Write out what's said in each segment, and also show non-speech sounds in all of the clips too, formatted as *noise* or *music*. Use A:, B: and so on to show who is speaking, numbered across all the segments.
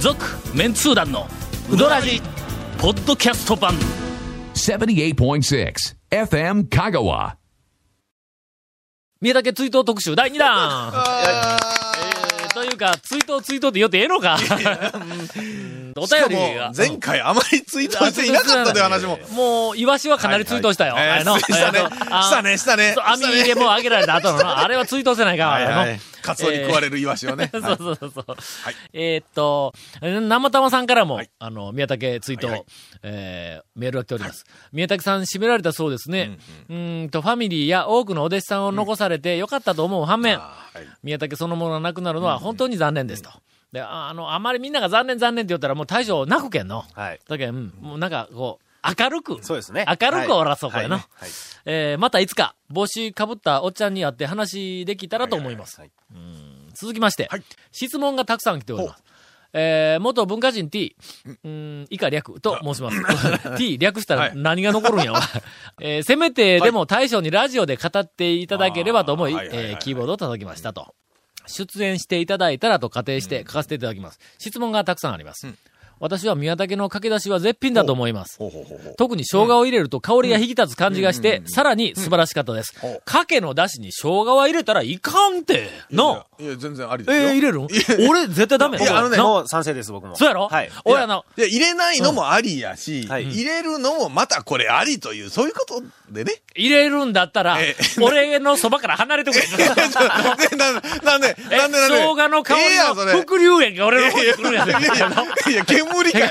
A: 続メンツー団のウドラジポッドキャスト版
B: 78.6 FM Kagawa.
A: 宮武追悼特集第2弾えーというか追悼追悼って言ってええのかお
C: しか
A: 便
C: も
A: りが
C: 前回あまりツイートしていなかったという話も。
A: もう、イワシはかなりツイートしたよ。
C: はいはい
A: あれの
C: えーしたね
A: えーとあ
C: したねしたね
A: そう網入れも上げられた後のな、あれはツイートせないかん
C: は
A: わ
C: い
A: あれの
C: はい。カツオに食われるイワシをね。
A: *laughs* そうそうそうそう。
C: はい
A: えーっと、生玉さんからも、
C: はい
A: あの、宮武追悼、
C: はいはい
A: えーメールが来ております。宮武さん、締められたそうですね。うーん,、と、ファミリーや多くのお弟子さんを残されてよかったと思う反面、
C: はい
A: 宮武そのものがなくなるのは本当に残念ですと。で、ああの、あまりみんなが残念残念って言ったらもう大将泣くけんの。
D: はい。
A: だけど、うん、もうなんかこう、明るく。
D: そうですね。
A: 明るくおらそう、
D: はい
A: これな。
D: はいはい
A: えーまたいつか、帽子かぶったおっちゃんに会って話できたらと思います。
D: はい
A: うん続きまして、
C: はい
A: 質問がたくさん来ております。えー元文化人 T、うん、以下略と申します。T *laughs* 略したら何が残るん
C: *laughs*
A: や、お前えーせめてでも大将にラジオで語っていただければと思い、
C: あーはいはいはいは
A: え
C: い
A: ーキーボードを叩きましたと。出演していただいたらと仮定して書かせていただきます。質問がたくさんあります。私は宮武の駆け出しは絶品だと思います。
C: ほうほうほうほう。
A: 特に生姜を入れると香りが引き立つ感じがして、さらに素晴らしかったです
C: うん。
A: かけの出汁に生姜は入れたらいかんての
C: いや、いや全然あり
A: え
C: ですよ。
A: ー入れるの俺絶対 *laughs* ダメや
C: いやあのね
A: な
D: もう賛成です、僕も。
A: そうやろ
D: はい。
A: 俺あの、
C: いや、入れないのもありやし、
D: はい
C: 入れるのもまたこれありという、そういうことでね。
A: 入れるんだったら
C: え、
A: 俺のそばから離れ
C: *laughs*
A: てくれ。
C: でなんで、なんで、
A: え
C: なんで、なんで。
A: 生姜の香
C: ええやんそ
A: り
C: れ
A: の伏流炎が俺の方に来るんや
C: い
A: で
C: やいやいやいや、煙かや。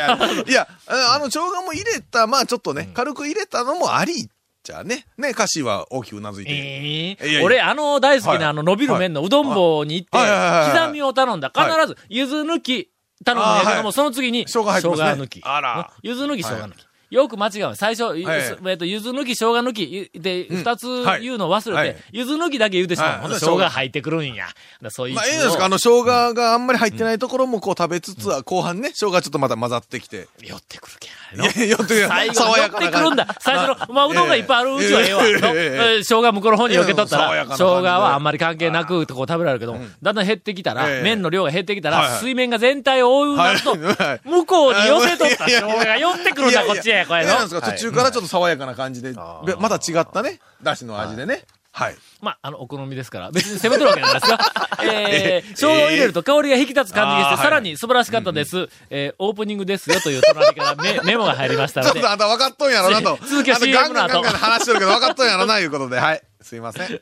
C: いや、あの、生姜も入れた、まあちょっとね、軽く入れたのもありじゃね。ね、歌詞は大きくうなずいて。
A: え
C: いやいや
A: ー俺、あの大好きなあの伸びる麺のうどん棒に行って、
C: はいはいはいはいはい
A: 刻みを頼んだ。必
C: はい
A: ず、ゆず抜き頼むんやけ
C: あー
A: ど
C: は
A: も、
C: い
A: その次に、
C: 生姜入ってますね
A: 生姜抜き。
C: あら
A: ゆず抜き、生姜抜き。よく間違う。最初、ゆ
C: はい
A: えっと、ゆず抜き、生姜抜き、ゆで、
C: ん
A: 二つ
C: はい
A: 言うの忘
C: は
A: れ
C: い
A: て、ゆず抜きだけ言うてしまう。
C: はい
A: ほんで、
C: 生
A: 生
C: 姜
A: 姜入ってくるんや。だそういう。
C: まあ、ええじゃないですか。あの、生姜があんまり入ってないところもこう食べつつは、後半ね、生姜ちょっとまた混ざってきて。
A: 寄ってくるけん。あれ
C: い
A: の
C: やいや、
A: 最後に
C: 爽
A: 寄っ
C: やか
A: て
C: な
A: くるん
C: 感じ。
A: だ。最初の、まあ、うどんがいっぱいあるうちはええわ。
C: ええええ
A: の
C: ええ
A: えー生姜向こうの方に避けとったら、
C: ええ爽やか
A: 生
C: な感
A: 姜
C: じで
A: はあんまり関係なく、こう食べられるけども、だんだん減ってきた
C: え
A: ら、
C: え
A: 麺の量が減ってきた
C: はい
A: ら
C: は、い
A: 水面が全体を覆うなると、
C: はい
A: 向こうに寄せとった
C: いや
A: 生姜
C: いやいや
A: が寄ってくるんだ、こっちへ、これ
C: ええ
A: の
C: じゃない。ですか。途中からちょっと爽やかな感じで、
D: あ
C: べまた違ったね、だしの味でね。はい。
A: まあ、あの、お好みですから、別に攻めてるわけなんです
C: *laughs*
A: が、えー、生姜を入れると香りが引き立つ感じがし
C: あーは
A: て、
C: い
A: さらに素晴らしかったです。えー、オープニングですよという隣からメメモが入りました
C: *laughs* ちょ
A: の
C: っ
A: で
C: と、あんた分かっとんやろなと。
A: 続きは
C: あんた
A: CM の後
C: ガンガンガンガン話してるけど分かっとんやろな、いうことで。はい。すいません。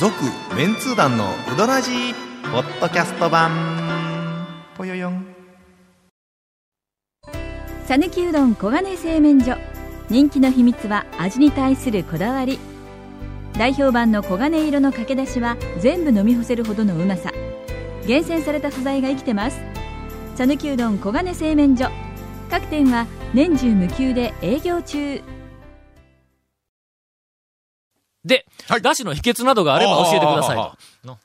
D: 続、メンツー団のうどらじポッドキャスト版。ぽよよん。
E: さぬきうどん黄金製麺所人気の秘密は味に対するこだわり代表版の黄金色のかけだしは全部飲み干せるほどのうまさ厳選された素材が生きてますさぬきうどん黄金製麺所各店は年中無休で営業中
A: で、
C: はい
A: だしの秘訣などがあれば教えてください
C: あ
A: と。の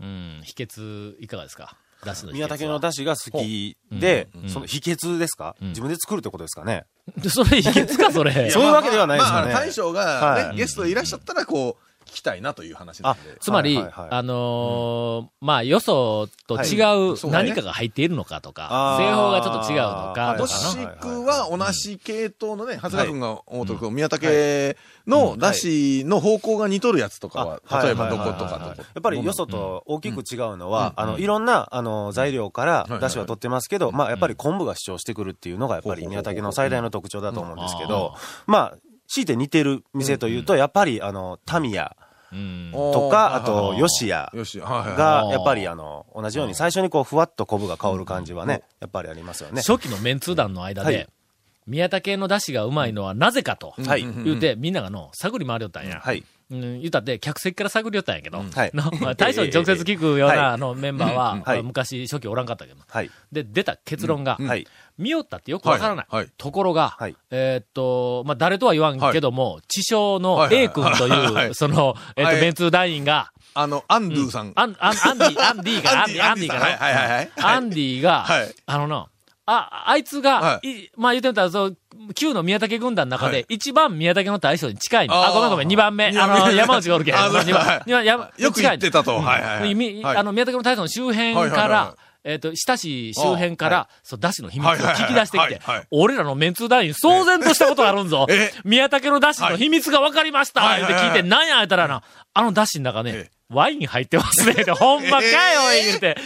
A: うん、秘訣いかがですかだしの秘訣
D: 宮
A: は。
D: 武の出汁が好きで
A: う、ん
D: その秘訣ですか
A: ん
D: 自分で作るってことですかね
A: *laughs* それ秘訣か、それ。
D: そういうわけではないですよね
C: まあまあまあ大将が
D: は
C: ね
D: い
C: ゲストでいらっしゃったら、こう、聞きたいなという話なんで。
A: つまり、
D: はいはいはい
A: あのーまあ、よそと違
C: はいうそうだね
A: 何かが入っているのかとか、
D: あー
A: 製法がちょっと違うのか
D: はい
A: と
C: もし
A: かな。
C: くは同じ系統のね、長谷川君が大徳君、宮武
A: う
C: の
A: ん
C: だしの方向が似とるやつとかは、
D: あ
C: 例えばどこと
D: はいはいはい
C: か
D: はい
C: と
D: や
C: か。
D: っぱりよそと大きく違うのは、
C: うん
D: あ
C: う
D: の、
C: ん
D: いろんな、あの、材料から
C: いはい
D: 出汁は取ってますけど、まあ、やっぱり昆布が主張してくるっていうのが、やっぱり
C: ほうほうほう
D: 宮武の最大の特徴だと思うんですけ
A: うん
D: ど、まあ、強いて似てる店というと、やっぱり、あの、タミヤ
A: うん
D: とか、あと、ヨシ
C: ヤ
D: ヤ
C: よし、はいはい。
D: が、やっぱり、あの、同じように最初にこう、ふわっと昆布が香る感じはね、やっぱりありますよね。
A: 初期のメンツー団の間で、
D: はい
A: 宮武の出汁がうまいのはなぜかと、
D: はい
A: 言うて、みんながの、探り回りよったんや。
D: はい。
A: うん、言ったって、客席から探り寄ったんやけど、
D: はい
A: の *laughs* まあ大将に直接
F: *laughs*
A: 聞くよう
D: ええええ
A: なあのメンバーは、
D: はい
A: 昔初期おらんかったけど、
D: はい。
A: で、出た結論が、
D: はい。
A: 見よったってよくわからない。
C: はいはい
A: ところが、
D: はい
A: えーっと、まあ、誰とは言わんけども、地匠の A 君という、
C: はいはいはい
A: その、えーっと、
C: はい
A: ベンツ団員が、
C: あの、アンドゥさん。 *laughs*
A: アン、アン、アンディ、アンディかな、アンディ、アンディ
C: さ
A: か
C: ん
A: な。
C: はいはいはいはい。
A: アンディが、
C: はい
A: あのな、あ、あいつが、
C: はい
A: まあ言ってみたら、そう、旧の宮武軍団の中
C: は
A: で
C: い、
A: 一番宮武の大将に近いの。あ
C: あー
A: ごめんごめん、二番目。
C: 二
A: あ
C: 番
A: の、
C: 目
A: 山内がおるけん。
C: *laughs* あ
A: あの二番
C: はい
A: 二番山
C: よく言ってた
A: 近い
C: と。
A: の
C: はいはいはい。
A: み
C: はい
A: あの、宮武の大将の周辺
C: は
A: か
C: いはいはいは
A: ら、えっと、親しい周辺か
C: あ
A: ら、そう、出汁の秘密を聞き出してき
C: はいは
A: て
C: いはいはいはい、。
A: 俺らのメンツー団員、騒然としたことがあるんぞ
C: え
A: 宮武の出汁の秘密が分かりました
C: はい
A: って聞いて、
C: はい
A: なんや言うたらな、あの出汁の中ね
C: え、
A: ワイン入ってます
C: *laughs*
A: ねって、ほんまかよ、おい言うて。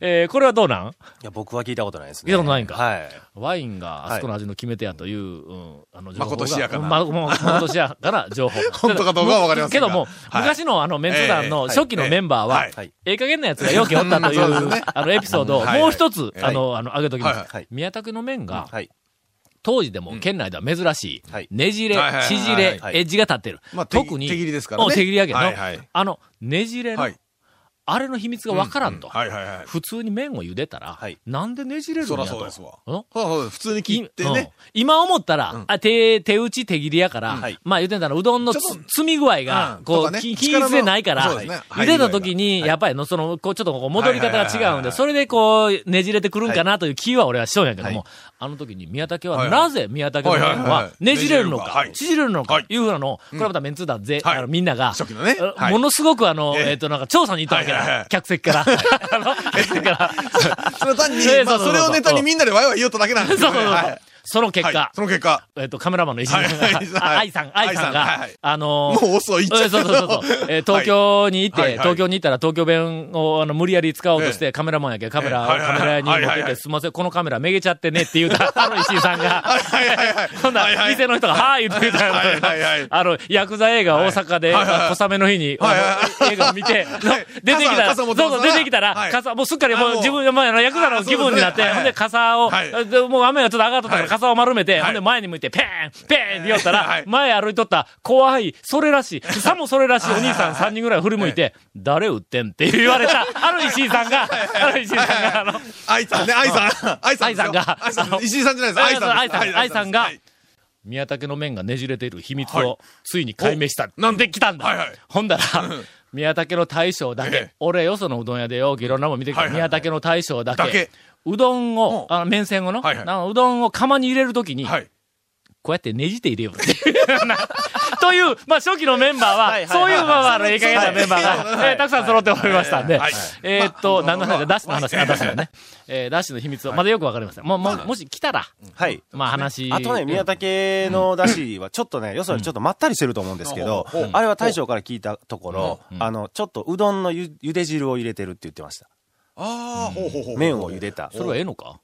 A: えー、これはどうなん
F: いや、僕は聞いたことないです
A: 聞
F: ね。
A: いたことないんか
F: はい。
A: ワインがあそこの味の決め手やという、うん、あの、情報が。
C: まことしやかな
A: ま、ままことしやから情報。
C: *laughs* 本当かどうかはわかりません
A: け
C: が
A: ども、
C: はい
A: 昔のあの、メンツ団の
C: ええ
A: 初期のメンバーは、
C: はい
F: はい
A: ええ加減なやつがよきおったとい
C: *laughs* そうです
A: う、
C: ね
A: あの、エピソードを、
C: うんはいはい
A: もう一つ、
C: ええ
A: あの、あの、挙げときます。
C: はい
F: はい
A: 宮武の麺が、
F: はい。
A: 当時でも県内では珍しい、
F: はい
A: ねじれ
C: はいはい、はい
A: 縮れ、
F: はい
A: エッジが立ってる。
C: まあ手
A: 特に、
C: 手切りですからね
A: お手切りやけど、
C: はいはい
A: あの、ねじれの、
C: はい
A: あれの秘密がわからんと、
C: うはいはいはい。
A: 普通に麺を茹でたら、
F: はい
A: なんでねじれるん
C: そ
A: や
C: ら
A: と。
C: そうですわ。
A: ん
C: そうそうです普通に切ってね。
A: うん今思ったら、
C: ん
A: あ手、手打ち手切りやから、
F: はい
A: まあ言うてたら、うどんのつ
C: ちょっと
A: 積み具合が
C: う、ん
A: ことう、
C: かね
A: き均一でないから、
C: 力のそうですね
A: 茹でた時に、やっぱりの、その、こう、ちょっとこう戻り方が
C: はいはい
A: 違
C: は
A: うん
C: いは
A: で、
C: い
A: それでこう、ねじれてくるんかなという気は俺はしとんやけども、あの時に宮武は、
C: はい
A: なぜ宮武の麺
C: はいはいはいは、
A: はいねじれるの
C: ねじれるのか
A: か
C: は、い
A: 縮れるのか
C: は、い
A: いうふうなのを、これはまたメンツー団ぜ、
C: はい
A: あのみんなが、
C: 初期のね
A: あ
C: はい
A: ものすごくあの、
C: ええ
A: えっと、なんか調査に行ったわけ
C: はいはいは
A: だ
C: い。
A: 客席から。あの客席から。
C: それ単に
A: ええ、
C: まあ
A: *laughs* そうそうそう
C: それをネタにみんなでワイワイ言おうとだけなんで
A: そう
C: す
A: そ
C: よ
A: う
C: ね。
A: そう
C: はい。
A: その結
C: はい
A: 果。
C: その結果、
A: えっと、カメラマンの石井さんが
C: はいはい、
A: あ愛さん、愛さん
C: はい
A: が
C: はい、
A: あのー、
C: もう遅いっちゃ
A: えそうそうそうそう。えー東京に行って、
C: はいはい
A: 東京に行ったら東京弁をあの無理やり使おうとして、カメラマンやけど、カメラ、
C: ええはいはいはい
A: カメラに
C: は
A: 向
C: い
A: け
C: はいは
A: て、
C: い
A: すみません、このカメラめげちゃってねって言うた、あの石井さんが、
C: はいはいはいはい。
A: ほんな
C: はい
A: ら、
C: はい
A: 店の人が、はーい言ってた
C: はいはいはい
A: あの、ヤクザ映画大阪で、
C: はいはいはい
A: 小雨の日に、
C: はいはい
A: あの映画を見て、の
C: はい
A: *laughs* 出てきたら、
C: 傘
A: ど
C: 持
A: う
C: ってます
A: ぞ出てきたら、
C: はい
A: 傘、もうすっかりも
C: あ
A: う
C: もう
A: 自分、まあ、あのヤクザの気分になって、
C: あそうですね
A: ほんで傘を、
C: はい
A: でもう雨がちょっと上がっとったか
C: は
A: ら
C: い
A: 傘を丸めて、
C: はい
A: ほんで前に向いて、ペーンペーンって言おった
C: は
A: ら
C: い、
A: 前歩いとった、怖い、それらしい、さもそれらしいお兄さん3人ぐらい振り向いて、誰売ってんって言われた、ある石井さんが、ある石井さんが、あの、
C: 愛さんね、愛さん。愛さん
A: 愛
C: ですよ。
A: さんが
C: 愛さ
A: あの
C: ん。石井さんじゃないです。愛さんです。
A: 愛さん
C: はい
A: 愛さんが
C: はい
A: 宮武の麺がねじれている秘密
C: はい
A: をついに解明した。なんで来たんだ、
C: はいはい
A: ほんだら、宮武の大将だけ、
C: ええ
A: 俺よそのうどん屋でよくいろんなもん見てきた、
C: はいはいはい
A: 宮武の大将だけ、
C: だけ
A: うどんを、あの、麺線をの、
C: はいはい
A: なんかうどんを釜に入れるときに、
C: はい。
A: こうやってねじって入れようっていうな *laughs* という、まあ、初期のメンバーは、
F: はいはい
A: そう
F: はい
A: いう、まあまあ、あの、ええ加減なメンバーが、
C: はい
A: えーたくさん揃っておりましたんで、
C: はい
A: えーっと、
C: まあ
A: 何の話だ、ダッシュの話、
C: ま
A: あ、
C: あ
A: ダッシュのね、えーダッシュの秘密を、まだよくわかりません。もう、もうもし来たら、
F: はい。
A: まあ話、
F: あとね、宮武のだしはちょっとね、よそよりちょっとまったりしてると思うんですけど、あれは大将から聞いたところ、あの、ちょっとうどんのゆゆで汁を入れてるって言ってました。
C: ああ、ほうほうほう。
F: 麺を茹でた。
A: それはええのか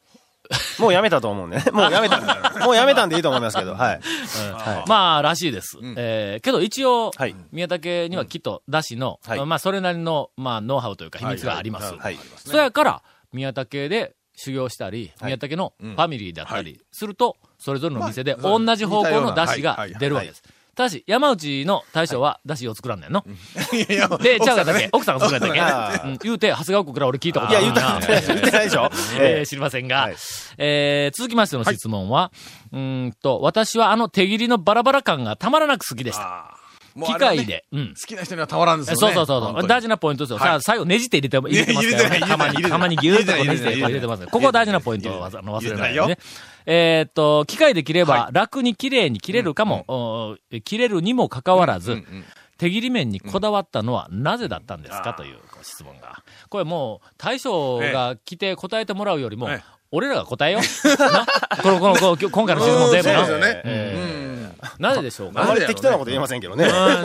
F: もうやめたと思
A: *laughs*
F: うんでね。もうやめた。もうやめたんでいいと思いますけど、はい。
A: まあ、らしいです。えーけど一応、
F: はい
A: 宮武にはきっと、だしの、
F: はい
A: まあ、それなりの、まあ、ノウハウというか、秘密があります。
F: はい。
A: そやから、宮武で修行したり、
F: はい
A: 宮武のファミリーだったりすると、それぞれの店で同じ方向のだしが出るわけです。ただし、山内の大将はだしを作らんねんの。
C: いやいや
A: で、ちゃうかったけ、奥さんが作らんだ
F: 奥
A: け
F: さ
A: うんん。言うて、長谷川君から俺聞いたこと
F: い
A: あ
F: や、
A: る
F: 言って
A: な
F: ない言ってないでしょ
A: *laughs* え
F: え
A: ー知りませんが、
F: はい
A: えー続きましての質問は、うーんと、私はあの手切りのバラバラ感がたまらなく好きでした。
C: あーもう
A: 機
C: あれはね
A: 械で。うん。
C: 好きな人にはたまらんですよね。
A: そうそうそう
C: 本
A: そ
C: 当
A: う。
C: に
A: 大事なポイントですよ。
C: はい
A: さあ、最後、ねじって入れて、入れてますからね。
C: いや入れてない
A: たま *laughs*
C: 入
A: に、
C: れてない
A: たまにギューっとこうねじって
C: 入れてない
A: 入れてますからここ大事なポイントをわざあの忘
C: 入
A: れ
C: れて
A: な
C: ないい
A: で
C: よ
A: ね。えーっと、機械で切れば、楽に綺麗に切れるかも、お切れるにもかかわらず、手切り面にこだわったのはなぜだったんですかというご質問が。これもう、大将が来て答えてもらうよりも
C: ええ、
A: 俺らが答えよう。なこの、この、この今日今回の質問全部
C: うん
A: な
C: そうですよね。
A: え
C: うん
A: ーなぜでしょう
F: あ
A: か
F: まり適当なこと言えませんけどね。
A: うん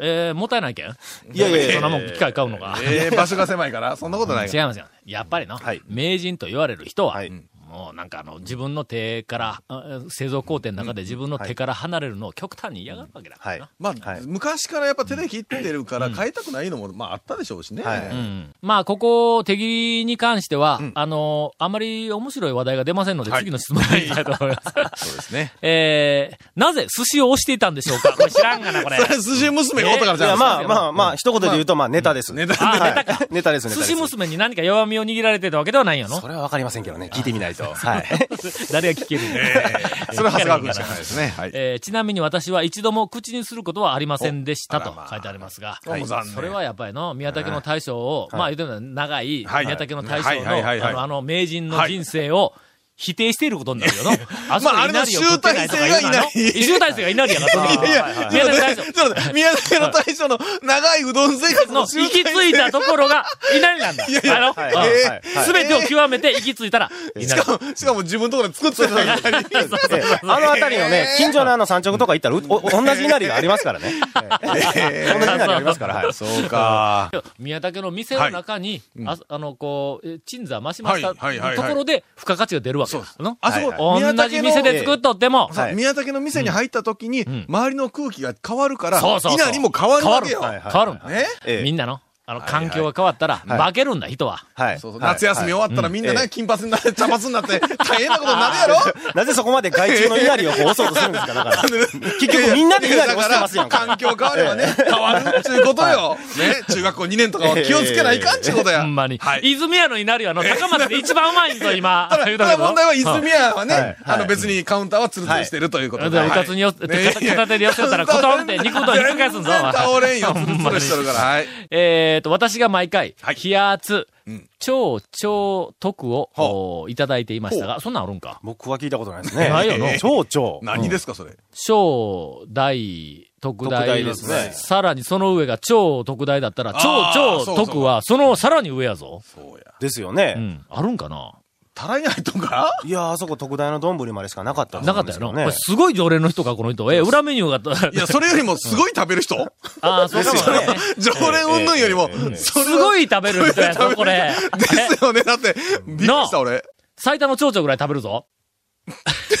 A: えーもったいないけん
F: いやいやい
A: そんな
F: や。
A: もん機械買うのが。
C: ええ、場所が狭いから、そんなことない
A: 違
C: か
A: い
C: ら。
A: ますよ。やっぱりの、
F: はい
A: 名人と言われる人は、
F: はい
A: もうなんかあの、自分の手から、あ製造工程の中で自分の手から離れるのを極端に嫌がるわけだか
F: は
A: ら
F: い
A: な。。
C: ま
F: は
C: あ
F: い、
C: 昔からやっぱ手で切ってるから、変えたくないのも、まああったでしょうしね。
F: はい
A: うんまあ、ここ、手切りに関しては、あの、あまり面白い話題が出ませんので、
C: はい
A: 次の質問に行きたいと思います。 *laughs*
C: そうですね。
A: えー、なぜ寿司を押していたんでしょうかこれ知らんがな、これ。
C: *laughs* それ、寿司娘がおったから
F: い
C: じゃな
F: や、
C: い
F: まあまあまあ、一言で言うと、まあ、ネタです。
C: で
F: ネ
C: すか。
A: あ
C: 値段
A: ネタか。
F: タ
A: *laughs*
F: です、ネタ
A: 寿
F: です。
A: 司娘に何か弱みを握られてたわけではないよの
F: それはわかりませんけどね。聞いてみないと。はい。
A: 誰が聞けるんだ、
C: *laughs* で、それは長谷川君しかないですね。はい。
A: えーちなみに私は一度も口にすることはありませんでした
C: おあ
A: と
C: らまあ
A: 書いてありますが、
C: はい残念
A: それはやっぱりの、宮武の大将を、まあ言うてみれば長い、
C: はい
A: 宮武の大将
C: はいはいはいは
A: の、あ
C: い
A: の、あの名人の人生を、否定していることになるよな。あ
C: まああれの集大成がいない
A: 集大成がいなりやな、とにかく
C: いやいや、ちょっと待ってちょっと待って宮崎の大将の長いうどん生活
A: の
C: の
A: 行き着いたところが、いなりなんだ。あの、
F: は
A: う
F: い
A: ん
F: はい
C: えー
F: はい
A: すべてを極めて行き着いたら、いな
C: し
A: り。
C: かも、しかも自分のところで作ってたのに
F: ええあの辺りのね、近所のあの山直とか行ったら、うおお同じ稲荷がありますからね。ええ同じ稲荷ありますから、はい。
C: *laughs* そうか。
A: 宮武の店の中に、ああの、こう、え鎮座増しました
C: はいはいはいはい
A: ところで、付加価値が出るわけだ。の
C: *laughs* あそこ、
A: 同
C: 宮
A: じ
C: 崎の
A: 店で作っとっても、
C: そう
F: はい
C: 宮崎の店に入った時に
A: ん、
C: 周りの空気が変わるから、
A: そうそうそう
C: 稲荷も変わるわけよ。
F: はいは
A: 変
F: い
A: わるんだ。
C: ね
F: ええ
A: みんなの、あの、環境が変わったら、
F: はい
A: 化けるんだ、人は。
F: はい。
C: そうそう
F: はい
C: 夏休み終わったらみんなね、金髪になって、茶髪になって、大変なことになるやろ *laughs*
F: *laughs* なぜそこまで害虫の稲荷をこう押そうとするんですか、だから。結局みんなで稲荷
C: だ
F: 押
C: か
F: してますや
C: ら、
F: んか。
C: 環境変われば *laughs* ね、変わるっていうことよ。ね、中学校2年とかは気をつけないかんってことや。
A: ほんまに。
C: はい。
A: 泉谷の稲荷は、あの、高松で一番うまいんぞ、今。
C: ただ、
A: 言う
C: ただ
A: けど
C: 問題は泉谷は
F: は
C: ね
F: い、
C: あの別にカウンターはツルツルしてるということで。
A: うかつによって、
C: ね
A: 片片手で寄せたら、ことんって肉うどんひっくり返すんぞ、お
C: 全
A: 前
C: 然倒れんよ、ツルツルしてるから。はい。
A: えっと、私が毎回
C: はい、
A: 気圧
C: うん、
A: 超超特を
C: はあ
A: おいただいていましたが、そんなんあるんか
F: *laughs* 僕は聞いたことないですね。
A: ないよな
F: 超超。
C: 何ですか、それ。
A: 小大、特大
F: 特大ですね
A: さらにその上が超特大だったら、
C: あー
A: 超
C: そ
A: 超
C: うそう
A: 特は、そのさらに上やぞ。
C: そうや。
F: ですよ
A: う
F: ね。
A: ん。あるんかな
C: たらいないとか
F: いやー、あそこ特大の丼までしかなかったと
A: な
F: 思
A: かっ
F: うん
A: た
F: です
A: よ
F: けど
A: な。これすごい常連の人がこの人。え、裏メニューがあった。
C: いや、それよりもすごい食べる人
A: ああ、そうかもしれないね。
C: 常連云々よりも、それ
A: すごい食べる人やぞ、これ。
C: ですよね。だって、びっくりした俺。
A: 最多の蝶々ぐらい食べるぞ。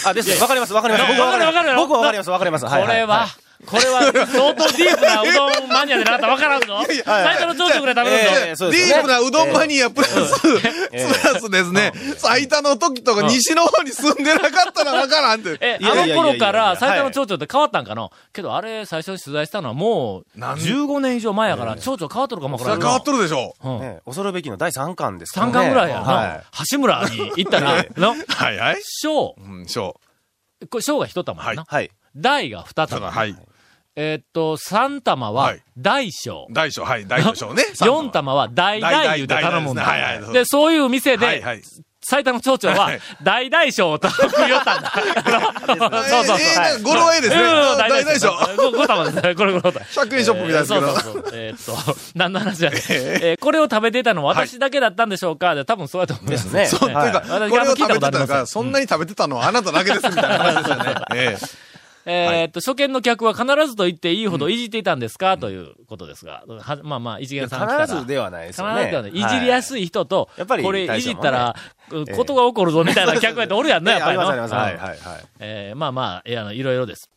F: あ、ですよ。わかります、わかりま
A: い
F: す。
A: や
F: 僕は
A: わかるわかる
F: 僕はわかります、わかります。
A: これは、これは相当ディープなうどんマニアでなかったらわからんぞ。最多の蝶々ぐらい食べるぞ。
F: ええそうです
C: ディ
F: よ
C: ー
F: ね
C: プなうどんマニアプラス、プラスですね、最多の時とか西の方に住んでなかったらわからんって。
A: え、
F: いやいや
A: あの
F: いやいや
A: 頃から
F: はい
A: 最多の町長って変わったんかのけどあれ最初に取材したのはもう
C: なん
A: 15年以上前やから、町長変わっとるかもわ
C: そ
A: か
C: れ
A: らん
C: は変わっとるでしょう。
A: うん
F: ね恐るべきの第3巻ですから
A: 3
F: ね。
A: 巻ぐらいやな、
F: は
A: 橋村に行ったら、の、
C: はいはい。
A: 小、
C: うん、そ
A: これ小が1玉やな、
F: い。はい。
A: 大が2
C: う。ただ、
A: 玉。
C: はい。
A: えーっと、3玉は
C: はい
A: 大小。
C: 大小、はい。大小ね。
A: 4玉は大大言うて頼むん
C: 大大大大です
A: だ。
C: ね
A: で、そういう店
C: はいは
A: で
C: い、
A: 最多の町長は
C: はい、
A: 大大小を頼みよったんだ。そうそうそう。
C: ええええ語呂はええですね。
A: うん
C: 大大小。
A: ごご玉ですね。これご玉。
C: 100円ショップみたいですけど
A: えーそうそうそう。えーっと、 *laughs* 何の話だね。えーこれを食べていたのは私だけだったんでしょうかで多分そうやと思いま
F: ですす。ね。
C: そう、という
F: はい
C: か、
A: 私が
C: これ
A: 聞
C: を
A: い
C: 食
A: たこ
C: べて
A: とあ
C: た
A: ります
C: から、そんなに食べてたのはあなただけですみたいな話ですよね。え
A: えーっと、初見の客は必ずと言っていいほどいじっていたんですかということですが。はまあまあ、一元さん来たら
F: 必ずではないで
A: 必
F: すよね。
A: ずだよね。いじりや
F: い。
A: すい人と、
F: やっぱり
A: これいじったら、うんことが起こるぞみたいな客やっておるやんな、
F: ね
A: やっぱりな
F: あります、あります。はい、はい、はい。
A: えーまあまあ、いや、あのいろいろです。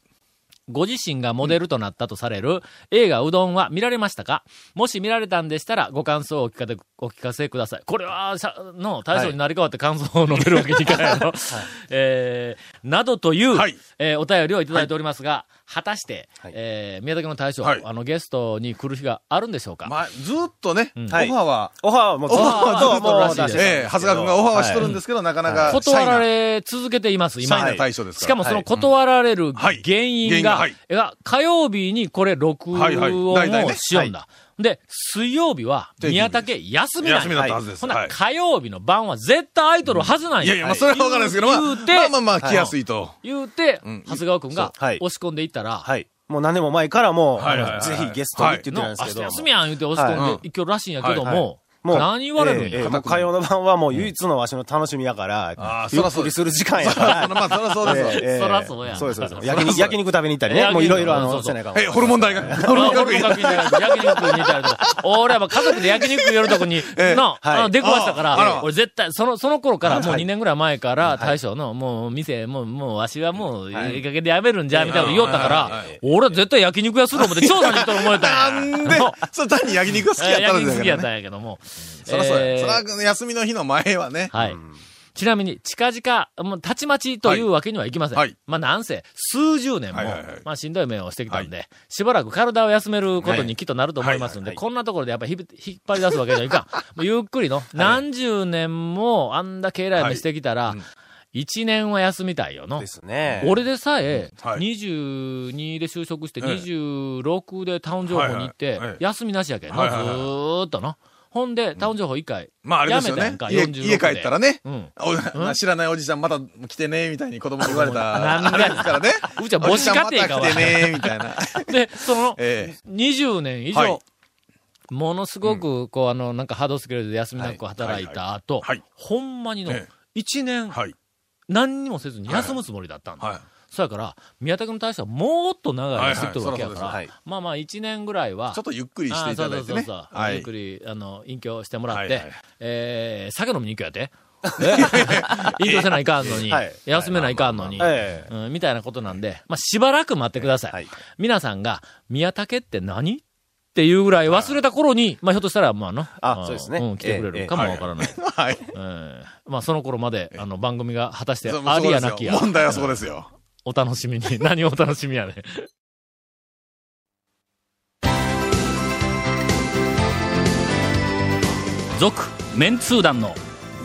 A: ご自身がモデルとなったとされる映画うどんは見られましたかもし見られたんでしたらご感想をお聞かせお聞かせください。これは、しゃの、大将になり変わって感想を述べるわけにいかないの。えーなどという、
C: はい
A: えーお便りをいただいておりますが、果たして、
F: はい
A: えー宮崎の大将、
C: はい
A: あの、ゲストに来る日があるんでしょう *laughs* か、
C: えまあ、ずっとね、オフ
A: ん
C: ァーは、
F: オファーはもうずっ
C: オ
F: と
C: ファーは
A: ずっとらしいです
F: 出してたん
C: ええ、
F: です
C: 長谷
F: けど
C: 川君がオファーはしとるんですけど、なかなか、
A: 断ら
C: シ
A: れ続けています、
C: ャイな
A: 今
C: シャイ。な対象ですから。
A: しかもその断られる原
C: はい
A: 因が、
C: はい
A: が火曜日にこれ録音を
C: はいはい大体ね
A: しようんだ。で、水曜日は
C: 定休日
A: 宮武休みなんや
C: 休みだったはずです。
A: ほな、
C: はい
A: 火曜日の晩は絶対空いとるはずなんや。
C: いやいや、まあ、それは分からないですけど、まあ、
A: 言うて、
C: まあまあまあ、来やすいと。
A: 言うて、
C: うん
A: 長谷川くんが
F: そうはい
A: 押し込んでいったら、
F: はい。もう何年も前からもう、
C: はいはいはい
F: あのぜひゲストにって言って
A: の
F: たん
A: 明
F: ですけ
A: 日
F: ど。
A: 休みやん言うて押し込んでいきょるらしいんやけど
C: はい
A: も、
F: もう
A: 何言われるん
F: えええ
A: や。
F: えもう火曜の晩はもう唯一のわしの楽しみやから、
C: ああそ
F: ゆ
C: ら
F: っ
C: そう
F: く
C: で
F: り
C: す
F: する時間やから。
C: まあ、 *laughs* そりゃそうですわ。
F: ええええ
A: そらそうやん
F: そうで
A: *laughs*
F: す、そうで
A: そ
F: す。
A: らそ
F: 焼
A: う
F: 肉焼肉食べに行ったり
A: ええ
F: ね。もういろいろあ
A: 焼肉
F: の、
A: そうそう
F: せないかん
C: え、ホルモン大学。ホルモン
A: 俺
C: 学
A: も
C: 院。
A: 学院じゃないと焼肉にいたりとか。俺は家族で焼肉やるとこ
C: *laughs*
A: に、な、
F: はい
A: あの出くわしたか
C: ああ
A: ら、
C: ら
A: 俺絶対、その、その頃から、もう
F: はい
A: 2年ぐらい前から、大将の、もう店、もう、もう、わしはもう、いい加減でやめるんじゃ、みたいなこと言おったか
C: はいは
A: ら
C: いはい、
A: 俺は絶対焼肉屋する思って、調査に行ったら思えたん
C: な
A: や
C: んで、
A: *laughs*
C: それ単に焼肉が好きやった
A: 焼
C: ん
A: 肉
C: で
A: 好
C: すよ
A: きや
C: ね
A: ったんやけども。
C: そらそう
A: え
C: や。
A: ー
C: そら、休みの日の前はね。
A: はい。ちなみに、近々、もう、たちまちというわけにはいきません。
C: はい
A: まあ、なんせ、数十年も、
C: はいはいはい
A: まあ、しんどい面をしてきたんで、しばらく体を休めることにきっとなると思いますので、
F: はいはいはい
A: こんなところでやっぱりひび引っ張り出すわけにはいかん。
C: *laughs*
A: もうゆっくりの、何十年もあんだけ偉い目してきたら、一年は休みたいよの
F: で。すね。
A: 俺でさえ、
C: うんはい
A: 22で就職して、
C: ええ
A: 26でタウン情報に行っ
C: は
A: て
C: いはいええ、
A: 休みなしやけんの、ず
C: はいはいはい
A: ーっとの。ほんで、タウン情報一回。
C: まああれですよ
A: やめ
C: ね
A: た。やん
C: 家
A: か46
C: 家帰ったらね、
A: うん。
C: おな知らないおじさんまた来てね、みたいに子供に言わ
A: *laughs*
C: れ
A: な
C: た。
A: んで
C: あれですからね。
A: うちは母子家庭か
C: お
A: わ
C: じさんまた来てね、みたいな。
A: で、その、
C: え
A: 20年 *laughs* 以
C: はい
A: 上、ものすごく、こう、あの、なんかハードスケールで休みなく働いた後
C: はいはい、
A: ほんまにの
C: ええ、
A: 1
C: え
A: 年、
C: はい。
A: 何にもせずに休むつもりだったんだ。
C: はい。
A: そやから、宮田君に対してはもっと長い休みとるわけやか
C: はい
F: は
A: ら、
F: い。
A: まあまあ1年ぐらいは
C: ちょっ、とゆっくりしていただいて
A: あーそうそう
C: ね。
A: そうそう、
C: は
A: ゆっ
C: い
A: く。り、あの、隠居してもらって、
C: はいはい
A: えー、酒飲みに行くや
C: *laughs*
A: て。 *laughs* 隠居せないかんのに、
F: はい
A: 休めないかんのに、
F: ええ。
A: うんみたいなことなんで、まあ、しばらく待ってください。
F: はい。
A: 皆さんが、宮武って何っていうぐらい忘れた頃に、まあ、ひょっとしたら、まあの、
F: あ
A: の
F: そうですね
A: ん、来てくれ
F: え
A: る
F: えええ
A: かもわからない。
C: はい。
A: うんまあ、その頃まで、あの、番組が果たして、
C: そう
A: ありやなきや
C: そうですよ、問題はそこですよ。
A: お楽しみに。 *laughs* 何をお楽しみやね。続、メンツー団の、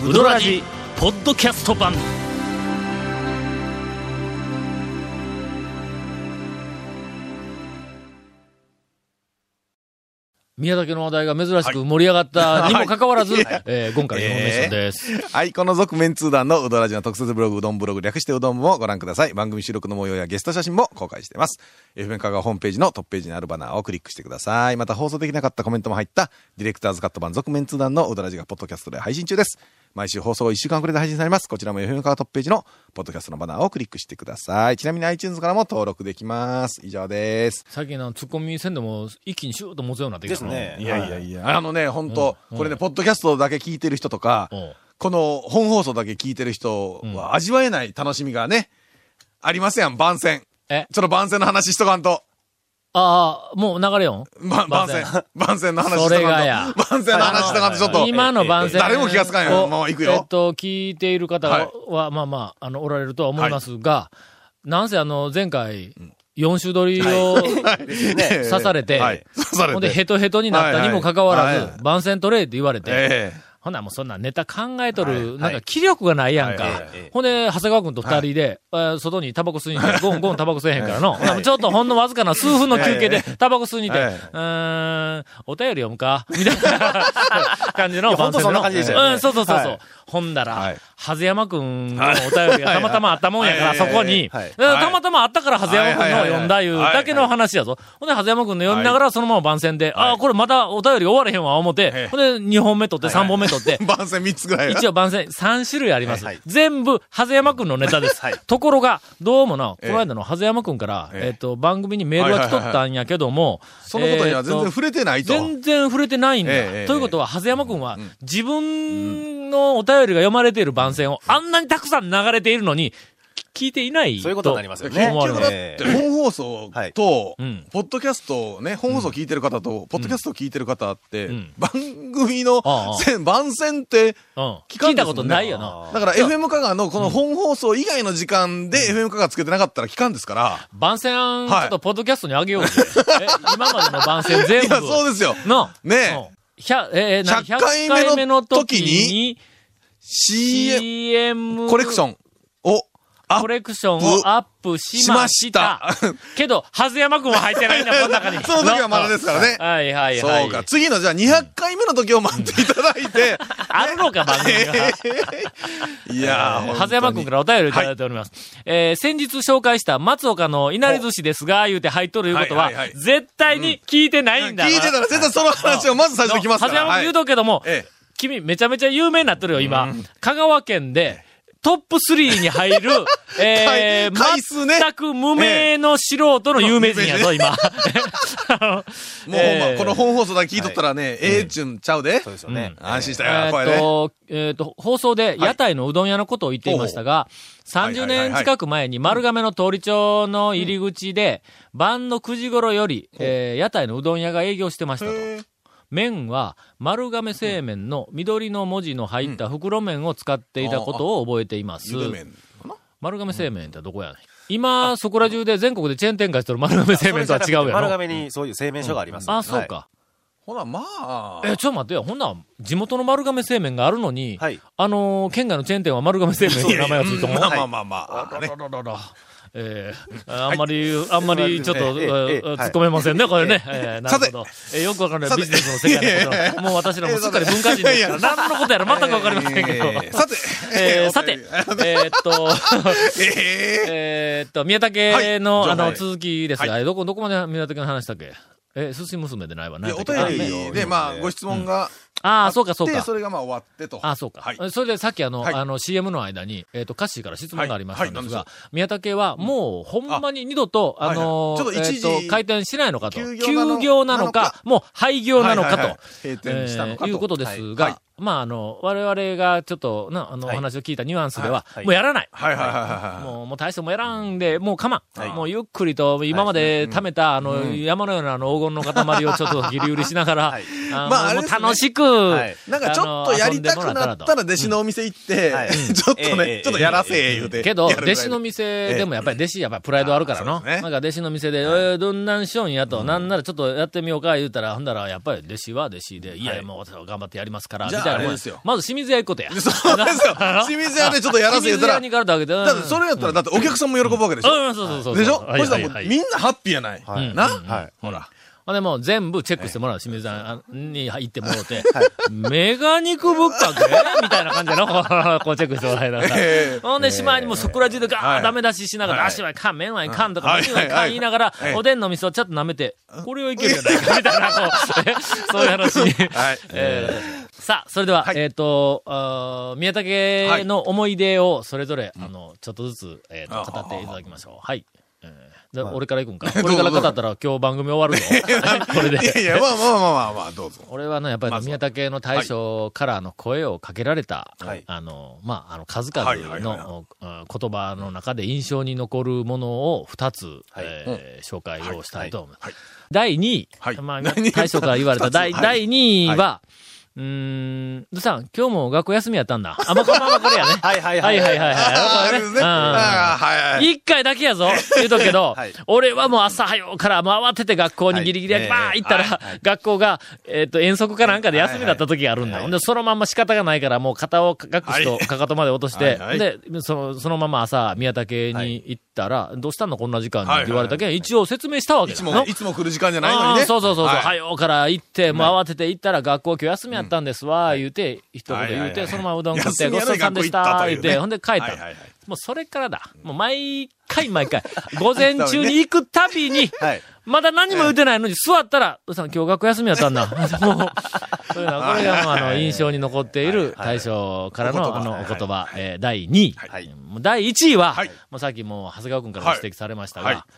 A: ウドラジ、ポッドキャスト版。宮崎の話題が珍しく盛り上がったにもかかわらず、えー、今回のインフォメーションです。
C: はい、この続面通談のうどらじの特設ブログ、うどんブログ、略してうどんもご覧ください。番組収録の模様やゲスト写真も公開しています。FM 香川ホームページのトップページにあるバナーをクリックしてください。また放送できなかったコメントも入った、ディレクターズカット版続面通談のうどらじがポッドキャストで配信中です。毎週放送1週間くらいで配信されます。こちらも FM 香川トップページのポッドキャストのバナーをクリックしてください。ちなみに iTunes からも登録できます。以上です。
A: 最近のツッコミせんでも一気にシューッと持つようになってき
F: で
A: た
F: す
A: な
F: ね。
C: いやいや
F: や。
C: いや、あのね、本当、
A: うん
C: これね、ポッドキャストだけ聞いてる人とか、
A: うん
C: この本放送だけ聞いてる人は味わえない楽しみがね、ありますやん、番宣。
A: え
C: ちょっと番宣の話しとかんと。
A: ああ、もう流れよん
C: ば番宣。番宣の話しと
A: それが
C: か
A: や
C: んと。番宣の話しとかんと、ちょっと。
A: 今の番宣。
C: 誰も気がつかんよもう行くよ
A: えっと、聞いている方は、
C: はい
A: まあまあ、あの、おられるとは思いますが、なんせあの、前回、4週撮りを、
C: ね
A: 刺されて
C: はい刺さ
A: ほ
C: れ
A: んでヘ
C: て。
A: トヘトになったにもかかわ
C: はい
A: ら
C: はい
A: ず、番宣取れって言われて、
C: え
A: ほんならもうそんなネタ考えと
C: はいは
A: る、
C: い
A: なんか気力がないやん
C: は
A: か
C: い
F: はい。
A: ほんで、長谷川くんと二人で、えー外にタバコ吸いに行って、ゴンゴンタバコ吸えへんからの。ほんならちょっとほんのわずかな数分の休憩でタバコ吸いに行って、
C: はいう
A: ーん、お便り読むかみたいな感じの番宣の。
F: いやほんとそんな感じでしたよね
A: うん、そうそうそうそう
C: は。
A: ほんだら、
C: はい
A: 長谷山くんのお便りがたまたまあったもんやから、
C: はい
A: そこに、
F: はいはいはいはい
A: えーたまたまあったから長谷山くんのを読んだいうだけの話やぞ。ほんで、長谷山くんの読みながらそのまま番宣で、ああ、これまたお便り終われへんわ、思って
C: え、
A: ほんで、2本目取って、3本目取
C: *laughs*
A: って
C: え、番宣3つぐらい。
A: 一応番宣3種類あります。
F: はいはい
A: 全部、長谷山くんのネタです。ところが、どうもな、こ
C: ええ
A: の間の長谷山くんから、えっ
C: ええ、
A: と、番組にメールは来とったんやけども、
C: そのことには全
A: え
C: 然
A: ーと
C: 触れてないと。
A: 全然触れてないんだ。
C: ええええ
A: ということは、長谷山くんは、自分のお便りが読まれている番宣を、あんなにたくさん流れているのに、聞いていない。
F: そういうことになりますよね。
C: 結
A: 思われ
C: 局だっ
A: る
C: て
F: え、え
C: 本放送
F: はい
C: と
A: うん、
C: ポッドキャストをね、本放送聞いてる方と、ポッドキャストを聞いてる方って
A: うん、
C: 番組の
A: ああ
C: せん番宣って、
A: うん。
C: 聞か
A: 聞
C: んですもんね
A: いたことないよな。
C: だから
A: そう
C: FM 香川のこの本放送以外の時間で FM 香川つけてなかったら期間ですから。
A: 番宣、ちょ
C: はい
A: っとポッドキャストにあげようぜ。
C: *laughs*
A: え今までの番宣全部。
C: いや、そうですよ。
A: の、
C: ねえ
A: うんひゃえー何
C: 100
A: 100
C: 回目の
A: 回目の時
C: 時
A: に、
C: CM
A: CM
C: コレクションをア
A: コ
C: ッ
A: レクションをアップし
C: し
A: ま
C: ま
A: し。
C: したた。。
A: けど、はずやまくんは入ってないんだ、この中に
C: *laughs* その時はまだですからね。
A: はいはいはい。
C: そうか。次のじゃあ200回目の時を待っていただいて。
A: あるのか、番組
C: *laughs*
A: が。
C: いやー、
A: はずやまくんからお便りをいただいております。えー先日紹介した松岡のいなり寿司ですが、言うて入っとるいうことは
C: はいはいは、い
A: 絶対に聞いてないんだ。
C: 聞いてたら絶対その話をまず最初に来ます
A: は
C: か
A: ずや
C: ら。
A: まくん
C: は
A: 言う
C: い
A: とくけども、
C: ええ
A: 君めちゃめちゃ有名になってるよ、今。香川県で、トップ3に入
C: *laughs*
A: る、えー、
C: 回数ね
A: 全く無名の素人の有名人や
C: *laughs*
A: ぞ、今。あの
C: もうほん
A: えー
C: ま、この本放送だけ聞いとったらね、ええちゅんちゃうで
F: そう。ですよね。
C: 安心した
A: え
C: よ、これ
A: ーっ
C: ね。
A: と、えーっと、放送で屋台のうどん屋のことを言っていましたが、
C: う
A: 30
C: はいはいはい
A: 年近く前に丸亀の通り町の入り口で、晩の9時頃より、えー屋台のうどん屋が営業してましたと。麺は丸亀製麺の緑の文字の入った袋麺を使っていたことを覚えています。
C: ゆるめん。
A: 丸亀製麺ってどこやねん。今、そこら中で全国でチェーン展開してる丸亀製麺とは違うや
F: 丸
A: ろ。
F: 亀にそういう製麺所があります。
A: あ、そうか。
C: ほら、まあ。
A: え、ちょっと待ってよ。ほんなら地元の丸亀製麺があるのに、
F: はい
A: あのー県外のチェーン店は丸亀製麺って名前がついても
C: まあまあまあまあ。ね
A: あららららえー、あんまり、あんまりちょっと、
F: ええええ
A: えー突っ込めませんね、これね。えーな
C: さ
A: る
C: て
A: ほど。えーよくわかんないビジネスの世界のことなのもう私らもすっかり文化人ですから、何のことやら全くわかりませんけど。
C: さて、
A: えーさて、えーっと、 *laughs*
C: *laughs* えー
A: えーっと、宮武の、
C: はい
A: あ
C: は
A: の、
C: い
A: 続きですが、えどこ、どこまで宮武の話したっけえ、寿司娘でないわ、
C: い
A: 何
C: や
A: やっ
C: お
A: たっけ
C: 便りで、まあ、ご質問が
A: あ
C: あ
A: あ、そうか、そう
C: って
A: か。
C: それがまあ終わってと。
A: あ、そうか。
C: はい。
A: それでさっきあの、
C: はい
A: あの CM の間に、えっ、と、カッシーから質問がありましたんですが、
C: はいはい
A: 宮武はもうほんまに二度と、あ
C: あ
A: のー
C: はいはいちょっと一時
A: えーと開店しないのかと。
C: 休業なの
A: 休業なのか、もう廃業なのか
C: はいはいはい
A: と。
C: 閉店したのか
A: え
C: と
A: ーいうことですが、
C: はいは
A: まああの、我々がちょっとな、あの、
F: はい
A: お話を聞いたニュアンスでは、
F: はい
A: もうやらない。
C: はいはいはいはい。
A: もう、もう大将もやらんで、もう我慢。
F: はい
A: もうゆっくりと、今まで貯めた、あの、山のようなあの黄金の塊をちょっとギリギリしな
C: *laughs*
A: がら、
F: はい
A: あの
C: まああれ
A: も
C: で
A: う
C: すね
A: 楽しく、
F: い
C: なんかちょっとやりたくなっ
A: と
C: たら弟子のお店行って
F: はい、
C: ちょっと
F: え
C: ね
F: え、
C: ちょっとやらせえ言うて。
A: けど、
C: やるぐ
A: 弟
C: らいで
A: 子の店でもやっぱり弟子、やっぱりプライドあるから
C: あ
A: の。
C: そうですね
A: なんか弟子の店で、えーどんなんしようんやと、なんならちょっとやってみようか言うたら、ほんだらやっぱり弟子は弟子で、いやいや、もう私は頑張ってやりますから、み
C: じ
A: た
C: ゃあ
A: いな
C: あ
A: も
C: れ
A: ん
C: ですよ。
A: まず清水屋行くことや。
C: *laughs*
A: *laughs*
C: そうですよ。清水屋でちょっとやらせ
A: 清
C: 言う
A: 水
C: たら
A: 屋、に行かれたわけで。
C: だってそれやったら、だってお客さんも喜ぶわけでしょ。
A: うん、そうそうそうそう。
C: でしょ
A: は
C: そ
A: い
C: した
A: はい
C: らも
A: は
C: う
A: い
C: みんなハッピーやない。
F: はい
C: な
F: はい。ほら。
A: ほんでもう全部チェックしてもらう、清水さんに行ってもらうて、メガ肉ぶっかけみたいな感じでの、こ *laughs* うこうチェックしてもらいながら。ほんで、しまいにもうそこら中でガーッダメ出ししながら、
C: はい
A: 足はいかん、麺はいかんとか、
C: はい
A: 麺はいかん言いながら
C: いは、い
A: おでんの味噌をちょっと舐めて、これはいけるじゃないか、みたいな、こう、えそういう *laughs* 話に。
C: はい。
A: えーさあ、それでは、
C: はい
A: えっ、と、あー宮武の思い出を、それぞれ、あの、ちょっとずつ、えーと、語っていただきましょう。はい。えーで俺から行くん
C: *laughs*
A: か。俺から語ったら今日番組終わるぞ。 *laughs* これ
C: いやい
A: で。
C: や、まあまあまあまあまあ、どうぞ。
A: 俺はね、やっぱり宮武の大将からあの声をかけられた、
F: はい
A: あの、まあ、あの、数
C: はいは
A: 々
C: い
A: のあ言葉の中で印象に残るものを2つ、
F: はい
A: えー紹介をしたいと思います。
C: はい
A: 第2位、
C: はい
A: まあ、
C: 第二位
A: 大将から言われた第
C: 二つはい
A: 第2位は、うーん、どさん、今日も学校休みやったんだ。あ、もうこんばんはこれやね。
F: はいはい
A: は
F: *laughs* はいい。
A: はいはいは
C: あ
A: い。
C: あ、
A: こ
C: で
A: れ
C: す
A: ね
C: ね。
A: うん
C: ああ、はいはい。
A: 一回だけやぞ言うとくけど、
F: はい
A: 俺はもう朝早うから、もう慌てて学校にギリギリ
F: はい
A: バー行ったら、学校が、えっ、と、遠足かなんかで休みだった時があるんだ。
F: はい
A: ほん
F: はい
A: で、そのまんま仕方がないから、もう肩を隠しと、
C: はい
A: かかとまで落として、
C: はいはい
A: で、その、そのまま朝、宮武に行ったら、どうしたのこんな時間に、
C: は
A: っ
C: い
A: て言われたけん、一応説明したわけ
C: い
A: だ
C: つ
A: よ
C: も、いつも来る時間じゃないのに
A: あー
C: ね。
A: そうそうそうそう。
C: はい。
A: 早うから行って、もう慌てて行ったら学校今日休みやったんですわ、言うて、一言言
C: は
A: う
C: いはいは
A: て、
C: い
A: そのままうどん食って、
C: 休み
A: ご
C: や
A: ち
C: の
A: そう
C: に
A: さんでした、言う
C: 学校行ったという
A: て、
C: ね
A: ほんで帰っ
C: はい
A: た
C: はいはい。
A: もうそれからだ。もう毎回毎回、 *laughs* 午前中に行くたびに、
F: はい。
A: まだ何も言うてないのに座ったら、うさん今日学校休みやったんだ。もう、そういうのはこれがもうあの印象に残っている大将からのあのお言葉、えー第2位。
F: はい
A: もう第1位は
C: はい、
A: もうさっきもう長谷川くんからも指摘されました
C: はいは
A: が
C: い、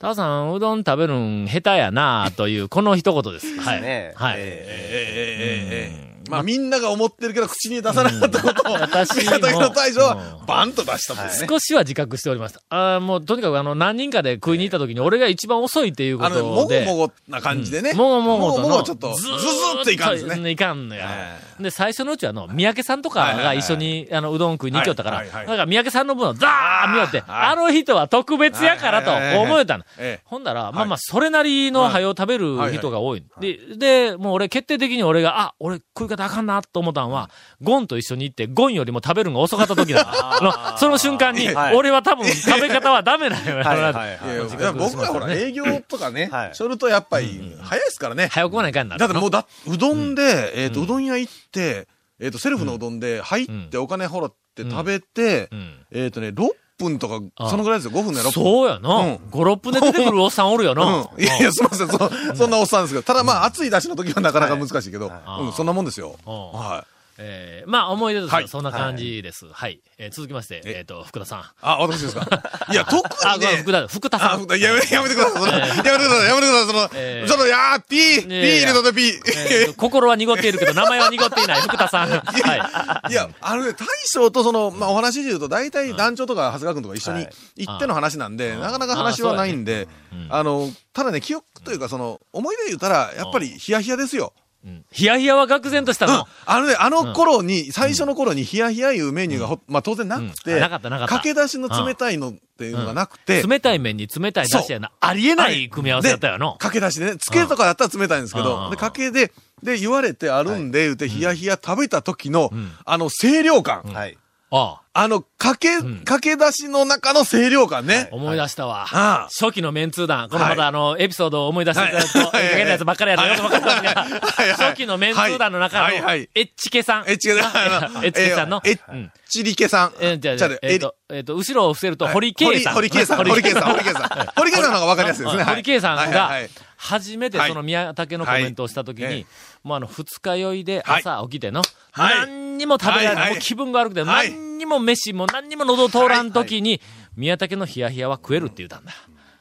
A: タワさん、うどん食べるん下手やなあという、この一言です。はい。
F: ね
A: はい。
F: え
C: ええええええまあ、みんなが思ってるけど、口に出さなかったことを、
A: 私も
C: 宮崎の大将
A: う
C: は、バンと出したもんですね。
A: 少しは自覚しておりました。あーもうとにかくあの何人かで食いに行った時に俺が一番遅いっていうこ
C: あの、も
A: とで。
C: ごもごな感じでね。
A: もうもうもうとの
C: もうちょっと、ズズ
A: ー
C: ズっていかんですね。
A: いかんのや
C: え。
A: で、最初のうちはあの、三宅さんとかが一緒に、あの、うどん食いに行きよったから、
C: はい
A: だ
C: はいはい
A: から三宅さんの分をザーッ見よって、
C: はい
A: あの人は特別やから
C: はいはいはい
A: と
C: はい
A: 思えたの
C: ええ。
A: ほんだら、まあまあ、それなりの早を食べる人が多い。で、で、もう俺決定的に俺が、あ、俺食い方あかんなと思ったんは、ゴンと一緒に行って、ゴンよりも食べるのが遅かった時
C: *laughs*
A: だった。あのその瞬間に、
F: はい
A: 俺は多分食べ方はダメだよ
F: はいは。
A: ない
F: はい
C: や
F: い。
C: いや僕らほら、営業と
A: *laughs*
C: かね
F: は、い
C: しょるとやっぱり、早いですからね。
A: 早く来ないかんなる
C: だってもうだ、うどんで、えっと、うどん屋行って、えっと、セルフのうどんで入ってお金払って食べて
A: う、ん
C: えっとね、6分と
A: あ
C: か、そのぐらいですよ。5分ね、6分。
A: そうやな。
C: うん
A: 5、6分で出てくるおっさんおるよな。
C: *laughs* うん。いやいや、すみません。そ、そんなおっさんですけど。ただまあ、暑い出しの時はなかなか難しいけど、
A: い
C: うん、そんなもんですよ。
A: うん
C: はい。
A: えーまあ、思い出ですが、
C: はい
A: そんな感じです。はい。えー続きまして、えっ、と、福田さん。
C: あ、私です
A: *laughs*
C: か。いや、特
A: あ、
C: に
A: ごめん
C: ね
A: 福、田だ、福田さ
C: あ、
A: ん。
C: ふだやめやめてください。そのやめてください。やめてください。その、
A: えー
C: ちょっと、やー、ピー、ピー
A: いやいや
C: 入れたで、ピ
A: えー
C: ー。
A: 心は濁っているけど、名前は濁っていない、福田
C: *laughs*
A: さん。はい。
C: いや、あのね、大将とその、まあ、お話で言うと、大体団長とか長谷川君とか一緒に
F: はい
C: 行っての話なんで、なかなか話はないんで、あの、ただね、記憶というか、その、思い出言うたら、やっぱりヒヤヒヤですよ。
A: うんヒヤヒヤは愕然とした
C: うん
A: の。
C: あのね、あの頃に、最初の頃にヒヤヒヤいうメニューがほ、まあ当然なく
A: うん
C: て、
A: なかったなかった
C: 駆け出しの冷たいのっていうのがなくて、
A: 冷たい麺に冷たい出汁やな。ありえない組み合わせだったよな。
C: 駆け出しでね、つけとかだったら冷たいんですけ
A: うん
C: ど、で、かけで、で、言われてあるんで、言うて、ヒヤヒヤ食べた時の、あの、清涼感。
F: はい。
A: ああ。
C: あの、かけ、かけ出しの中の清涼感ね。
A: 思い出したわ。
C: ああ
A: 初期のメンツー団。この
C: はい
A: またあの、エピソードを思い出していただくと、
C: はい
A: ええ変なやつばっかりやな、
C: はい
A: よくわかんないが
C: いはい
A: 初期のメンツー団の中の、
C: はいはい
A: エッチケさん。
C: え、違う、あの
A: *laughs* えっちけさんの
C: ええ
A: うん
C: ちりけさん。
A: えじゃあ
C: ちょっと
A: えっ、
C: え
A: と、えっ、と、後ろを伏せると、堀圭さん。
C: 堀圭さん。堀圭さん。堀圭さん。堀圭さんの方が分かりやすいですね。はい
A: 堀圭さん
C: はいはいは
A: が
C: い、
A: 初めて
C: はい
A: その宮武のコメントをしたとき
C: はいえ
A: に
C: え、
A: もうあの、二日酔いで
C: はい
A: 朝起きての、
C: はい
A: 何にも食べられ
C: は
A: ないい、
C: はい
A: もう気分が悪くて、
C: はい
A: 何にも飯も何にも喉通らんときに、宮武のヒヤヒヤは食えるって言ったんだ。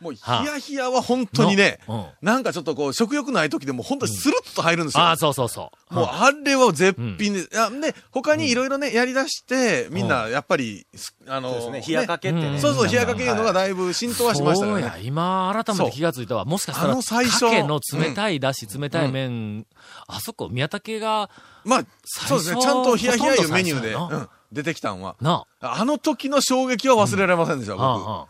C: もう、ヒヤヒヤは本当にね
A: のうん、
C: なんかちょっとこう、食欲ない時でも本当にスルッと入るんですよ。
A: ああ、そうそうそう。
C: もう、あれは絶品です。あで、他にいろいろね、やり出して、みんな、やっぱり、すあの、
F: そうですね。冷やかけって
A: う
F: ね。
A: ん
C: そうそう、冷やかけいうのがだいぶ浸透はしまし
A: そ
C: たよ
A: う
C: ね
A: や。、今、改めて気がついたわ。もしかしたら、
C: あの最初
A: 鮭の冷たいだし、冷たい麺、あそこ、宮武が、
C: まあ、そう
A: 最初
C: ですね。ちゃんと冷や冷やいうメニューで、
A: ほとんど最初やな
C: うん出てきたんは。
A: な
C: あの時の衝撃は忘れられませんでした、
A: あ、うん
C: 僕。
A: うん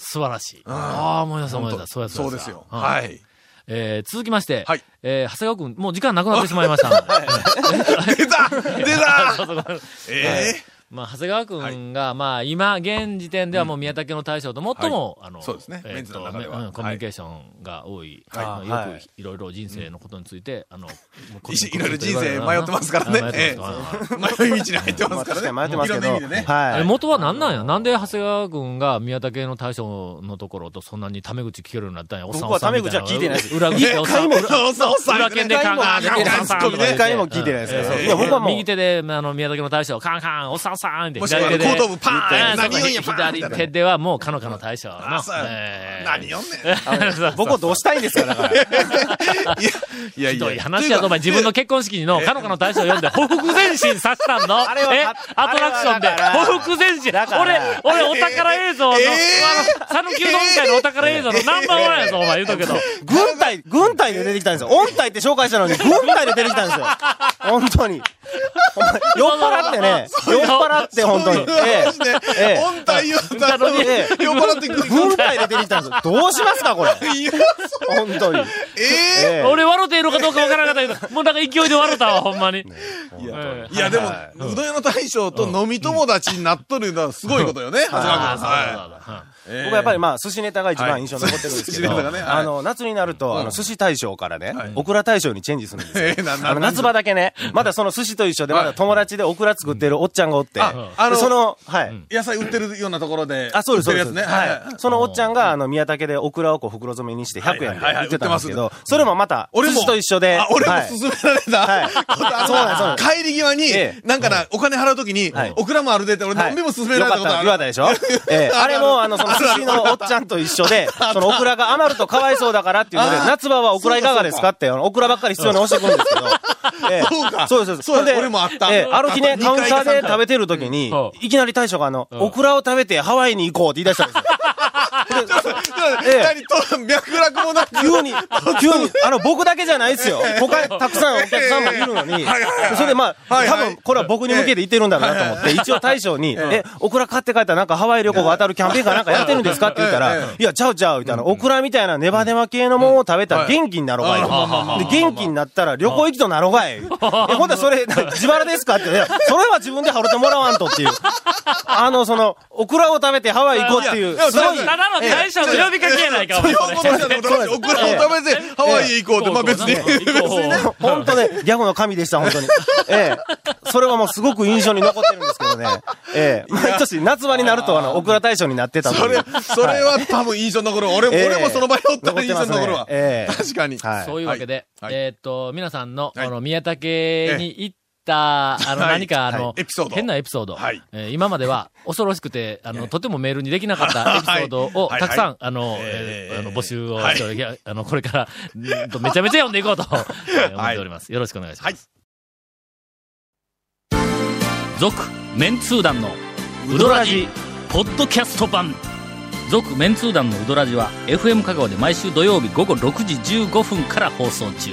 A: 素晴らしい。ああ、思い出した思い出した。そうや
C: そう
A: や
C: ですよ。
A: うん
C: はい。 *laughs*
A: えー続きまして、
C: はい
A: えー長谷川くん、もう時間なくなってしまいましたので。
C: 出た *laughs* 出
A: *laughs*
C: たえ
A: まあ、長谷川くんが、まあ、今、現時点ではもう宮武の大将と最も、あの、
C: そうですね
A: えーと
C: メンツの中では
A: うん
C: はい
A: コミュニケーションが多い、
F: はい
A: まあ
F: はい
A: よくいろいろ人生のことについて、あの、
C: *laughs*
A: もうこ
C: えいし
A: こ
C: いろいろ人生迷ってますから
A: *laughs*
C: ね
A: 迷っ。
C: え
A: てますから
C: え迷い道に入って
F: ま
C: ま
F: あ
C: すか
F: 確
C: ね。
F: からに迷ってます
C: いろ
F: けど。
C: んな意味でね。
A: あ
F: は
A: れ
F: い。
A: 元は何なんやなんで長谷川くんが宮武の大将のところとそんなにタメ口聞けるようになったんやおっさんおっ
F: 僕は
A: さんみた
F: タメ口は聞いてないです
A: 裏口でおっさん。裏
C: そうそうそう。
A: 裏剣でカンカン、
C: カ
A: カン
C: ンカン
A: カン
C: ツッコミね
F: 一回も聞いてないですから
A: うん
F: いや僕はもう
A: 右手で、あの、宮崎の大将、カンカン、おっさんおっさんって、
C: もしくは
A: 左手で
C: 後頭部パーン
A: うん
C: 何言うんや
A: そう
C: パーンみた
A: 左
C: いな
A: 手ではもう、かのかの大将の。
C: あそう
A: えー
C: 何よんねん。
F: 僕をどうしたいんですか、だから。 *laughs*
A: *laughs*
C: いやいや。
A: ひどい話やぞ、お前。自分の結婚式の、かのかの大将を呼んで、ほふく前進させたんの
F: あれは
A: え
F: あ
A: アトラクションで
F: あれはだ、から
A: ほふく前進
F: だか
A: 俺
F: ら、
A: 俺、お宝映像の、あ
C: えー
A: の、讃岐うどん会のお宝映像のナンバーワンやぞ、お前、言うとくけど。
F: 軍隊、軍隊で出てきたんですよ。音隊って紹介したのに、軍隊で出てきたんですよ。本当
A: *laughs*
F: に。お前酔っ払ってね。酔っ払って、本当に。え
C: マジで
F: ええ
C: 音体言うたのに、
F: ええ
C: 酔っ払ってくる。
F: え軍隊で出てきたんですよ。
C: *laughs*
F: どうしますか、これ。
C: いや
F: 本当に。
C: え
F: ええ
A: 俺、笑っているのかどうかわからなかったけど、もうなんか勢いで笑ったわ、ほんまに。
C: えい
A: は
C: や
A: い
C: いや、でも、うどん屋の大将と飲み友達になっとるのはすごいことよね、長谷川君。
A: そう
C: は
A: そうそううん
C: い
F: 僕はやっぱりまあ、寿司ネタが一
C: は
F: 番
C: い
F: 印象に残ってるんですけ
C: 寿司ネ
F: ど、
C: タがねはい
F: あの、夏になると、あの、寿司大将からね、オクラ大将にチェンジするんです
C: え
F: よ。
C: なな
F: あの、夏場だけね、まだその寿司と一緒で、まだ友達でオクラ作ってるおっちゃんがおって、
C: ああの
F: でその、はい。
C: 野菜売ってるようなところで。
F: あ、そうです、
C: 売
F: そ
C: っ
F: う
C: て
F: で
C: るや
F: す。
C: つね。
F: はい
C: はい。
F: そのおっちゃんが、あの、宮武でオクラをこう袋詰めにして100円で
C: はいはいはい
F: 売ってたんですけ
C: 売
F: ど、それもまた、
C: 俺
F: 寿
C: も、
F: 司と一緒で
C: あ、、俺も
F: はい
C: 勧められた。
F: はい
C: *laughs* ことあ
F: そうなんですそうなん
C: の
F: です
C: 帰り際に
F: ええ、
C: なんかな、お金払うときに
F: はい、
C: オクラもあるでって、俺
F: はい
C: 何でも勧められたことある。
F: よかった、でしょ
C: *laughs*
F: ええあれも、あの、その寿司のおっちゃんと一緒で、そのオクラが余るとかわいそうだからっていうので、
C: あー
F: 夏場はオクラいかがですかって、あのオクラばっかり必要に押してくるんです
C: *laughs*
F: けど。ええ
C: そうか
F: そうです、そうです。
C: そうや
F: ほんで
C: 俺もあった
F: ええ歩
C: あ
F: きね、
C: った
F: カウンターで食べてる時に
A: うん、
F: いきなり大将があの、オクラを食べてハワイに行こうって言い出したんですよ。ええ
C: 二人と、脈絡もなく。*laughs*
F: 急に、急に、あの、僕だけじゃないですよ。他、たくさんお客さんもいるのに
C: はいはいはい。
F: それでまあ、
C: はい
F: 多
C: はい
F: 分、これは僕に向けて言ってるんだろうなと思って、一応大将に、え、オクラ買って帰ったらなんかハワイ旅行が当たるキャンペーンかなんかやってるんですかって言った
C: ええ
F: ら、いや、ちゃうちゃう、みたいな。オクラみたいなネバネバ系のもんを食べたら元気になろうがいと。で、元気になったら旅行行きとなろうがい。え、ほん
C: *laughs*
F: とそれ、自腹ですかって。いやそれは自分で払ってもらわんとっていう。あの、その、オクラを食べてハワイ行こうっていう、すごい。
A: ただの大将の呼びかけやないか、お
C: 日
A: 前
C: 本語の人のことオクラを食べて、ハワイへ行こうって、まあ別に。
F: 本当ね、ギャグの神でした、本当に。ええ。それはもうすごく印象に残ってるんですけどね。ええ。毎年夏場になると、あの、オクラ大賞になってたという
C: それ、それは多分印象に残る。俺も、
F: ええ
C: 俺もその場におったら印象に残るわ。
F: 残ってますねええ
C: 確かに。
F: はい
A: そういうわけで、
C: はい
A: えーっと、皆さんの、
C: はい
A: あの、宮武に行った、あの、
C: はい
A: 何か、あの、
C: エピソード
A: 変なエピソード。
C: はい
A: えー今までは、恐ろしくて、あの、とてもメールにできなかったエピソードを、
C: はい
A: たくさん、
C: はい
A: あの、え
C: えー
A: ーあの、募集をしており、いやあの、これから、うんとめちゃめちゃ読んでいこう
C: *laughs*
A: と、えー思っております。よろしくお願いします。続、メンツー団の、ウドラジ、ポッドキャスト版。続メンツー団のウドラジは FM 香川で毎週土曜日午後6時15分から放送中